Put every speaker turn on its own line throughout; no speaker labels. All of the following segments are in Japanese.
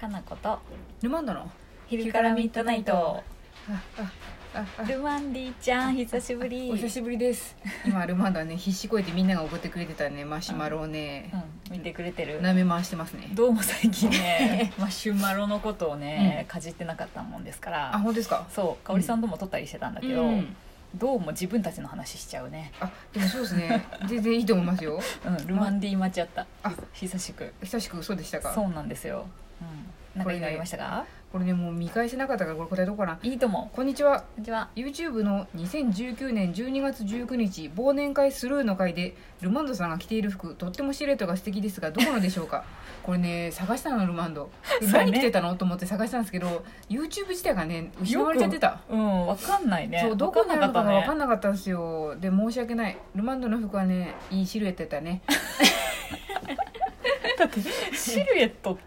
かなこと
ルマンドの
昼からミッドナイト
ああああ
ルマンディちゃん久しぶり
お久しぶりです今ルマンドはね必死こいてみんなが送ってくれてたねマシュマロをね
うん、見てくれてる
舐め回してますね
どうも最近ね マシュマロのことをね、かじってなかったもんですか
あ
ら
本当ですか
そう香織さんとも撮ったりしてたんだけど、
うん
どうも自分たちの話しちゃうね
あでもそうですね全然いいと思いますよ
うんルマンディ待ちあった
あ
久しく
久しくそうでしたか
そうなんですよ、うん、なんかいいのありましたか、
これねもう見返せなかったからこれ答えどうかない
いとも
こんにちは
こんにちは
YouTube の2019年12月19日忘年会スルーの会でルマンドさんが着ている服とってもシルエットが素敵ですがどこのでしょ うかこれね探したのルマンド
そうね
何着てたのと思って探したんですけど YouTube 自体がね失われちゃってた
うんわかんないね
そうどこにある
わ
の
か
か
ん
が
な
分
か
か
っ
んなかったんですよで申し訳ないルマンドの服はねいいシルエットやったね
たねシルエット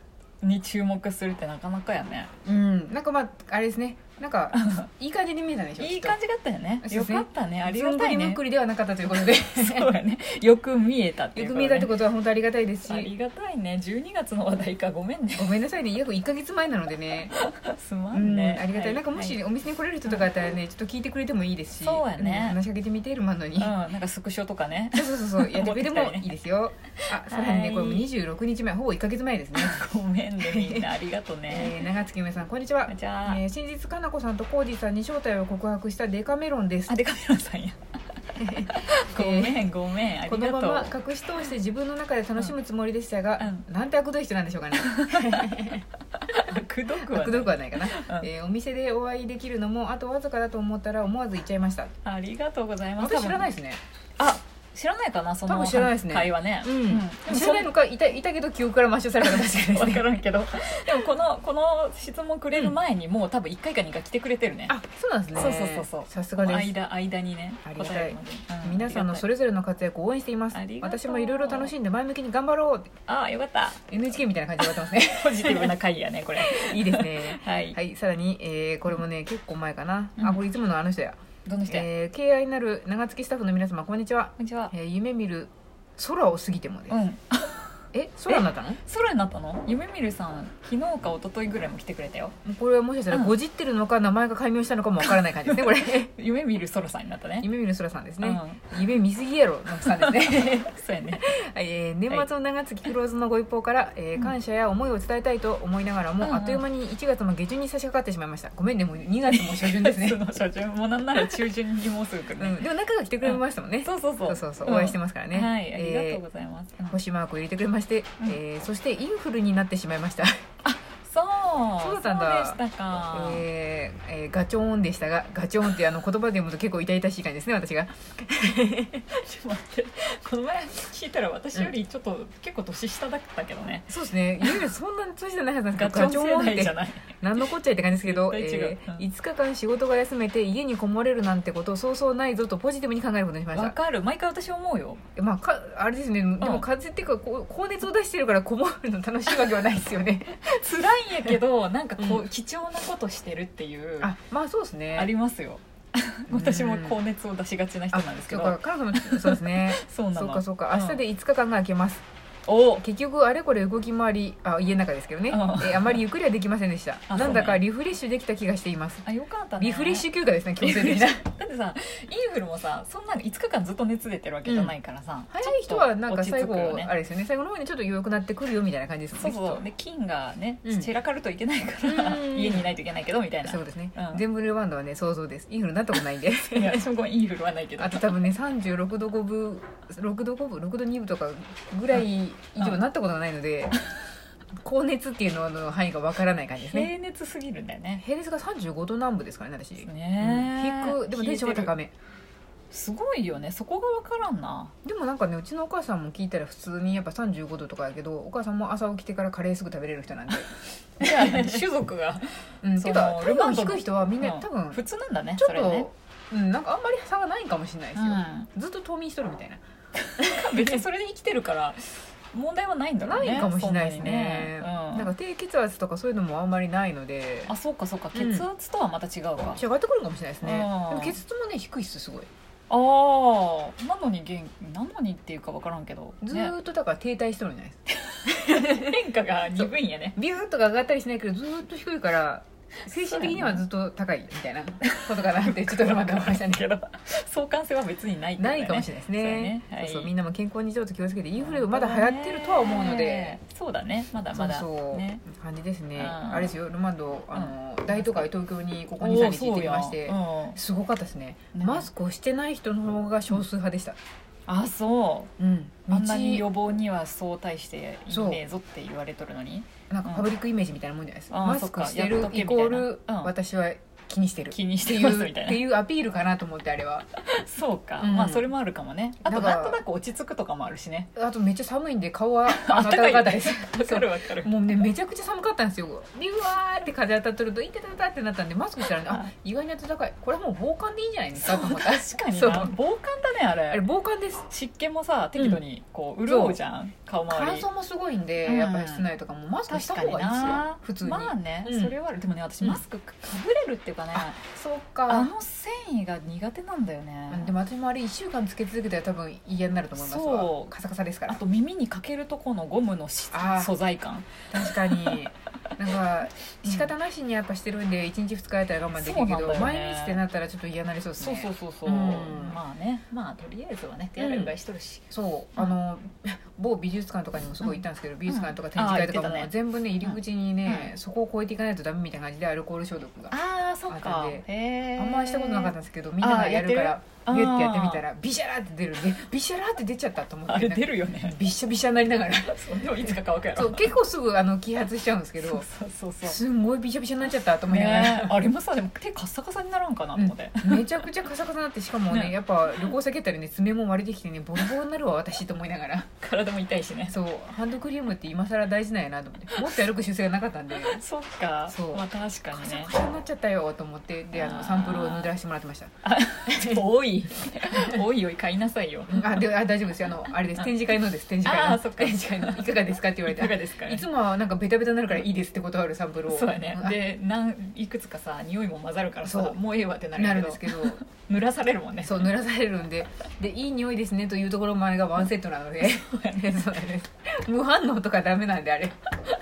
に注目するってなかなかやね
うんなんかまああれですねなん かいい感じに見えたでしょ
いい感じだったよね
そうで
よ
すね
かったねあり
り
が
が
た
た
い
い
ね
ねくりではなかったとい うことで
そうやねよく見えたってい
よ
う
く
ことね、
見えたってことは本当ありがたいです
あ
し
りがたいね12月の話題かごめんね
ごめんなさいね約1か月前なのでね
すま
うんん
ね、
ありがたい、
は
なんかも
は
しお店に来れる人とかだったらね、ちょっと聞いてくれてもいいですし
そうやね
ん話しかけてみてるマンドに、
うん、なんかスクショとかね
そうそうそうそうやってくれても
思ってたよね
いいで すよあさらにね
はい
これも26日前ほぼ1か月前ですね、
ごめんねみん なありがとうね
えー長月梅さんこんにちは
じゃあ、
えー先日かなこさんとコージさんに正体を告白したデカメロンです
あでカメラ さんやごめんごめんあり
こ
がと
の
う
まま隠し通して自分の中で楽しむつもりでしたが、
うん
なんて悪どい人なんでしょうかね
悪毒は
悪どく
ね
はないかな、
うん
えーお店でお会いできるのもあとわずかだと思ったら思わず行っちゃいました
ありがとうございます
私知らない
い
ですね
あ知らないかなその
多分知らないですね
会話ね
うん、知らないのかいたいたけど記憶から抹消されたのかもしれないです
分
ね
からんけどでもこのこの質問くれる前にもう多分1回か2回来てくれてるね
あそうなんですね
そうそうそうそう
さすがです
間間にね
ありがたい
るまでう
皆さんのそれぞれの活躍を応援しています
ありがとう
私もいろいろ楽しんで前向きに頑張ろうって
ああよかった
NHK みたいな感じで終わってます ね
ポジティブな回やねこれ
いいですね
はい、
はいさらに、えーこれもね結構前かな、
うん
あこれいつものあの人や、
どの人や、
えー敬愛なる長月スタッフの皆様こんにちは、
こんにちは
えー夢見る空を過ぎてもです、
うん
え空になったの
空になったの夢見るさん昨日か一昨日ぐらいも来てくれたよ
これはもしかしたら
うん
ごじってるのか名前が解明したのかもわからない感じですねこ れ
夢見る空さんになったね
夢見る空さんですね、
うん
夢見すぎやろのさんですね
そうや ね
はいえー年末の長月クローズのご一報から、えー感謝や思いを伝えたいと思いながらも、
うんうん
あっという間に1月も下旬に差し掛かってしまいましたごめんねもう2月も初旬ですね
そ、の初旬もなんなら中旬にもうすぐ来る
う
ね、
ん、でも中が来てくれましたもんね、
そうそうそう
そうそうそうお会いしてますからね、
うんはいありがとう
え
ございます、
ー星マークを入れてくれまして、
うん
えーそしてインフルになってしまいました、
そうそうで
そうだったんだ
したか、
えーえーガチョーンでしたがガチョーンってあの言葉で読むと結構痛々しい感じですね私が
ちょっと待ってこの前聞いたら私よりちょっと、結構年下だったけどね
そうですねいわゆるそんなに年じゃないはずなんで
ガ
す
チ
けど
ョン世代じゃない
何のこっちゃいって感じですけど、
絶対違う
えー
うん
5日間仕事が休めて家にこもれるなんてことそうそうないぞとポジティブに考えることにしまし
わ
た
かる毎回私思うよ
まあかあれですねでも風邪っていうかこう高熱を出してるからこもるの楽しいわけはないですよね
辛いんやけどなんかこう、
うん
貴重なことしてるっていうあ
あまあそうですね
りますよ 私も高熱を出しがちな人なんですけど
あそうか彼女もそうですね
そうな
そう
の
かそうか明日
うん
で5日間が空けます、
お
結局あれこれ動き回りあ家の中ですけどね、
うん
えーあまりゆっくりはできませんでした、
あそうね
なんだかリフレッシュできた気がしています
あよかったね
リフレッシ
ュ
ュ休暇ですね強制的 な
だってさインフルもさそんな5日間ずっと熱出てるわけじゃないからさ、
早
ちょっ
い
と
人はなんか
落ち着
最
く
後、
よ
あれですよね最後の方にちょっと弱くなってくるよみたいな感じですもん
そう
ね
そう
きっ
で菌がね
うん
散らかるといけないから、
うん
家にいないといけないけどみたい
と
な
そうですね、
うん
全部ルワンドはね想像ですインフルになったことない んで
いや私もごめんインフルはないけど
あと多分ね36度5分6度5分6度2分とかぐらい以上なったことがない ので、高熱っていうのの範囲がわからない感じですね
平熱すぎるんだよね
平熱が35度南部ですからね私
ねえ
うん低くでもテンションが高め
すごいよねそこがわからんな
でもなんかねうちのお母さんも聞いたら普通にやっぱ35度とかやけどお母さんも朝起きてからカレーすぐ食べれる人なんで、
じゃあ何 種族が
うん、
そ
て
の
か
ル
多
マン
分
ドの
低い人はみんな、
うん
多分
普通なんだね
ちょっ
それ
と、
ね
うん、なんかあんまり差がないかもしれないですよ、
う
ずっと冬眠しとるみたいな、
ん、別にそれで生きてるから問題はないんだろうね
ないかもしれないですね
そんなにねうん
なんか低血圧とかそういうのもあんまりないので
あそうかそうか
うん
血圧とはまた違うか、
上がってくるかもしれないですね
あー
でも血圧もね低いっすすごい
あーなのに元なのにっていうか分からんけど、
ず
ね、
ーっとだから停滞しとるんじゃないですか
変化が鈍いんやね
ビューンとか上がったりしないけどずーっと低いから精神的にはずっと高いみたいなことかなってちょっとまた思いま したね
けど相関性は別にないってこと
な
だよ
い
ね
かもしれないです
そうだ
ね
ね
そう
はい
そうみんなも健康にちょっと気をつけてインフレがまだ流行ってるとは思うので
そうだねまだ
そ
ま
う
だ
そう、
ね
感じですね、
うん
あれですよルマンドあの、大都会東京にここ23日行ってきまして、
おー
すごかったですね
ね
マスクをしてない人の方が少数派でした、
そうようんあそう
うん、道
あんなに
な
予防にはそう大していいねえぞって言われとるのに
んかパブリックイメージみたいなもんじゃないですか、
あー
マスクしてる
そっか
イコー
やっ
ル
とけみたいなうん
私は気にしてる
気にし
って
て
い
ます
うっ
みたいな
ていうアピールかなと思ってあれは
そうか、
うん
まあそれもあるかもねあ
な
と
んか
なんとなく落ち着くとかもあるしね
あとめっちゃ寒いんで顔は
あ
あ
った
の
かい
暖か
よ
った
ね
です
わかるわかる
もうねめちゃくちゃ寒かったんですよでうわーって風当たっとるといてたたってなったんでマスクしたらね
は
あ
い
意外に暖かいこれはもう防寒でいいんじゃないです
そ
か
う
と思
確
った
かに
そう
な防寒だねあ
あれ
れ
防寒です
湿気もさ適度にこう潤うじゃん、顔周
乾
り
燥もすごいんで、
うん
やっぱり室内とかもマスクし
確
た
か
方
に
がいいですよ
な
普通に、
まあね、
うん
それはあるでもね私
うん
マスクかぶれるっていうかね、
そっ
あ
か
の繊維が苦手なんだよね
でも私もあれ1週間つけ続けたら多分嫌になると思います
そ
わ
う
カサカサですか
あ
ら
と耳にかけるとこのゴムのし
あー
素材感
確かになんか
うん
仕方なしにやっぱしてるんで1日2日やったら我慢できるけ
そうなん
ど、
だよね
毎日ってなったらちょっと嫌になりそうです
そう
ね
そうそうそう、
うん
まあねまあとりあえずはね手洗いうがいしとるし、
そうあの 某美術館とかにもすごい行ったんですけど、美術館とか展示会とか
あー言ってたね
も全部ね入り口にね、
うん
そこを越えていかないとダメみたいな感じでアルコール消毒が
ああそっ
あ
か
れで
へえ
あんまりしたことなかったんですけどみんながやるから
あー
ビュ
やってる
ッてやってみたらビシャラって出るんで ビシャラって出ちゃったと思って
あれ
なんか
出るよね
びっしゃびしゃになりながら
そうでもいつか乾くやろ
そう結構すぐあの揮発しちゃうんですけ
そう
ど
そうそうそう
すんごいびしゃびしゃになっちゃったと思いながら、
ね、あれもさでも手カッサカサにならんかなと思って、
めちゃくちゃカサカサになってしかもね
ね
やっぱ旅行先やったらね爪も割れてきてねボロボロになるわ私と思いな がら
体も痛いしね
そうハンドクリームって今更大事なんやなと思ってもっと歩く習性がなかったんで
そっか
そう
まあ確か
カ
に
サ
ね
カサになっちゃったよと思ってであ
あ
の
ー
サンプルを塗らせてもらってました
多い 多いよい買いなさいよ
あであ大丈夫ですよあのあれです展示会のです展示会の
あ ーそっか
展示会のいかがですかって言わ
い
れ
か
て
がですか、
いつもはなんかベタベタになるからいいですって断るサンプルを
そうや ね
あ
でなんいくつかさ匂いも混ざるから
そ
さ
う
もうええわってなる
なる
けど
んですけど
濡らされるもんね
そう濡らされるんででいい匂いですねというところまでがワンセットなので そうなんです無反応とかダメなんであれ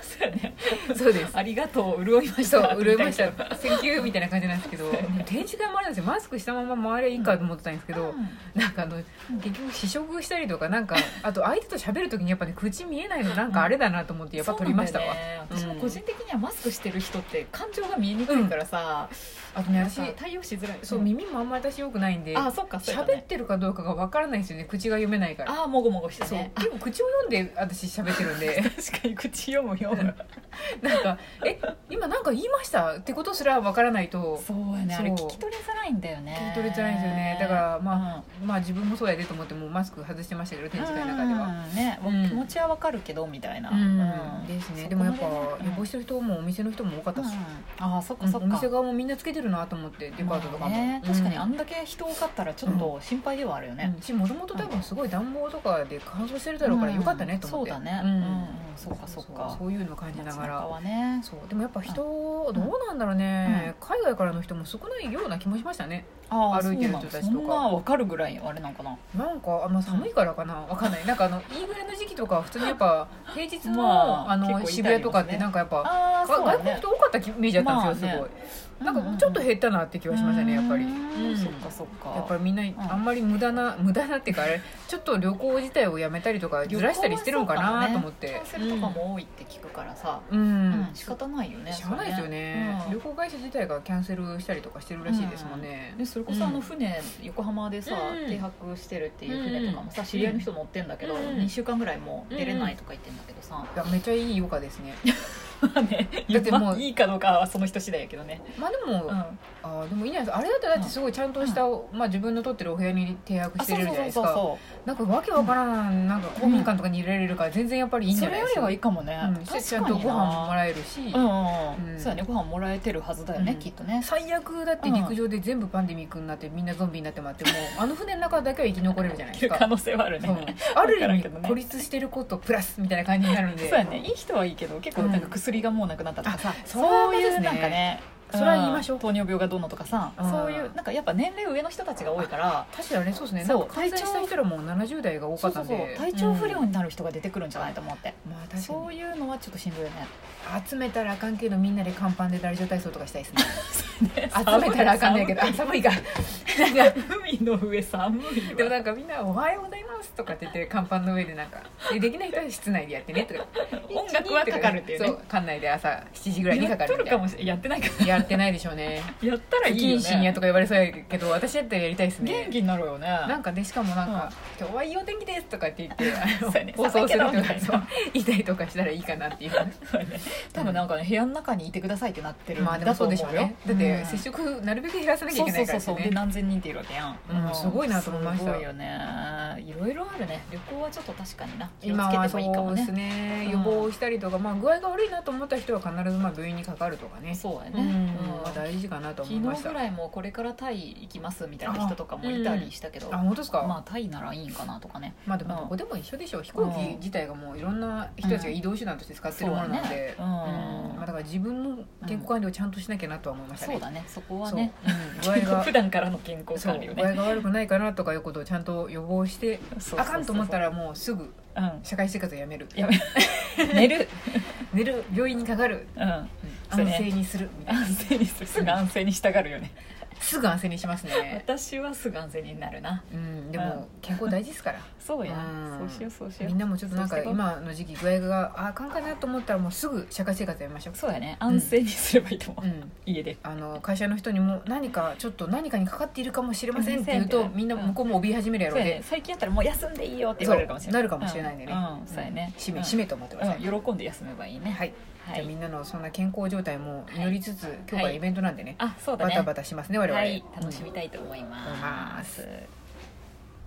そうやね
そうです
ありがとう潤いまし
そ
た
う潤いまし
み
た「センキュー」みたいな感じなんですけど展示会もあるんですよマスクしたまま回ればいいかと思ってたんですけ
たいな
ど、なんかあの結局試食したりとかなんかあと相手と喋る時にやっぱね口見えないのなんかあれだなと思ってやっぱ取りました
そ
わ、
うなんだよね私も
うん
個人的にはマスクしてる人って感情が見えにくいからさ、
あとね
なん
私
か対応しづらい
そう耳もあんま私良くないんで
あそっかそうや
喋っ
ね
てるかどうかがわからないんですよね口が読めないから
ああもごもごして
そう
ね
結構口を読んで私喋ってる んで
確かに口読む読む
なんか「え今なんか言いました?」ってことすらわからないと
そうやねあれ
そう
聞き取りづらいんだよね
聞き取りづらいんですよねだからま
うん
あ、まあ自分もそうやでと思ってもうマスク外してましたけど展示会の中では。
うんね、
うん
気持ちはわかるけどみたいな、
うんですね、でもやっぱ
そこまでね
予防してる人もお店の人も多かったし、
うんああそっか
うん
そっか、
お店側もみんなつけてるなと思ってデパートとか
ま
も、
あね、確かに
うん
あんだけ人多かったらちょっと心配ではあるよね
う、んしもともと多分すごい暖房とかで乾燥してるだろうからよかったねと思って、
そうだね
う
うんん、うんそっかそっ
そう
か
そういうの感じなが
街中
ら
はね
そうでもやっぱ人どうなんだろうね、海外からの人も少ないような気もしましたね
ああ
歩いてる人たちとか
そうなんそんなわかるぐらいあれなんかな
なんかあんま寒いからかなわかんないなんかあのいいぐらいの時期とかは普通にやっぱ平日の,、
まあ
あの
結構いたり
渋谷とかっ
も
て
ね
なんかやっぱ
ああ
が
そうだ
外国
ね
人多かったイメージだったんですよ、
まあね
すごいなんかちょっと減ったなって気
気
はしましたねやっぱりうん
そっかそっか
やっぱりみんなあんまり無駄な無駄なっていうかあれちょっと旅行自体をやめたりとかずらしたりしてるのかなと思って
キャンセルとかも多いって聞くからさ、
うん、
う
うん
ん、仕方ないよね
しゃあないですよね、
うん
旅行会社自体がキャンセルしたりとかしてるらしいですもんね、
でそれこそあの船、横浜でさ、
うん
停泊してるっていう船とかもさ、知り合いの人乗ってんだけど、
うん
2週間ぐらいもう出れないとか言ってんだけどさ、
いやめっちゃいい余暇ですね
まあね
だってもう
まあいいかどうかはその人次第やけどね、
まあでも、
うん、
あ
あ
ーでもいいんじゃないですかあれだったらだってすごいちゃんとした、まあ、自分の取ってるお部屋に停泊して
そう
れる
そ
じ
う
ゃない
そ
で
うそ
すか
う
なんかわけわからん、なんか公民館とかに入れられるから全然やっぱりいいんじ
そ
ゃな
れ
い
よ
です
り
か
はいいかもね、
うん、
確かに
ちゃんとご飯ももらえるし、
らうん、
うん
そうやねご飯もらえてるはずだよね、
うん
きっとね
最悪だって陸上で全部パンデミックになってみんなゾンビになってもらってもあの船の中だけは生き残れるじゃない
い
です
る可
か
能性はある
そう
ね、
ある
わから
意
ん
味
けどね
孤立してることプラスみたいな感じになるんで
そうやねいい人はいいけど結構なんか薬がもうなくなったとかさ、
あ
そういう
そう
な
なん
ん
ですね
かね
それは言いましょう
糖尿病がどうのとかさ
うん
そういうなんかやっぱ年齢上の人たちが多いから
確かにあれそうですね
そう
なんか感染した人らもう70代が多か
そう
った
そうんそう
で
体調不良
うん
になる人が出てくるんじゃないと思って、
まあ確か
そう
に
いうのはちょっとしんどいよね
集めたらあかんけどみんなで乾パンでラジオ体操とかしたいですね 集
寒い
めたらあかんねんけどあ寒いかなんか
海の上寒い
でも
わ
なんかみんな「おはようございます」とかって言って乾パンの上でなんかでできない人は室内でやってねとか
音楽はかかるっていうね
そう館内で朝7時ぐらいにかか
やっと
る
る
みたい
か
な
もしれやってないか
やってないでしょうね
らや ったらい
不
いよ
謹慎や
ね
とか言われそうやけど私だったらやりたいですね
元気になるよね
なんかでしかもなんか「今日はいいお天気です」とかって言ってあ の
そうやね
放送すると
寒いけど
か
みたいな
そう言いたりとかしたらいいかなっていう
そうね多分なんかね部屋の中にいてくださいってなってるん
まあでも
だと
そう
思う
でしょう
よ
ねだって
うん
接触なるべく減らさなきゃ
そ
いうけな
そうそうそ
いから
うで
ね
何千人っているわけやん、
うんすごいなと思いました
すごいよねいろいろあるね旅行はちょっと確かにな気をつ
今
け
は
てもいいか
そ
も
うで
ね
すね
うん
予防したりとかまあ具合が悪いなと思った人は必ずまあ病院にかかるとかね
そうやね、
うん
うん
まあ大事かなと思いま
昨
し
日
た
ぐらいもこれからタイ行きますみたいな人とかもいたりしたけど、
あ本当ですか
まあタイならいいんかなとかね
まあでもどこでも一緒でしょ飛行機自体がもういろんな人たちが移動手段として使ってるものなんで、
うんそうだねうん
まあ、だから自分の健康管理をちゃんとしなきゃなとは思いましたね。
そうだねそこはね
そう、うん、具合が
普段からの 健康
そう
管理よ
具合
ね
が悪くないかなとかいうことをちゃんと予防して
そうそうそうそう
あかんと思った、らもうすぐ
うん、
社会生活をやめる
やめ寝る、
寝る病院にかかる、
うん、
うん
そう
安
ね
静にする みたいな
安静にするすぐ安静にしたがるよ ね
すぐ安静にしますね、
私はすぐ安静になるな
うん、でも健康大事です から
そうや、
うん
そうしようそうしよう
みんなもちょっとなんか
そうしてこう
今の時期具合がああかんかなと思ったらもうすぐ社会生活やめましょう
そうやね安静にすればいいと思う、
うん
家で
あの会社の人にも何かちょっと何かにかかっているかもしれませんって言う
う
と
ん
みんな向こうも怯え始めるや
そう
ろう
や
で
ね最近やったらもう休んでいいよって言
そ
わ
う
れるかもしれな
ないるかもしれないんでね
うんうんそうやね
締め
うん
締めと思ってください
うん、喜んで休めばいいね
はい
は
じゃあみ
い
んなのそんな健康状態も祈りつつ今日はイベントなんでね
あそうだ
バ
ね
タバタしますね我々
はい楽しみたいと思います、
思います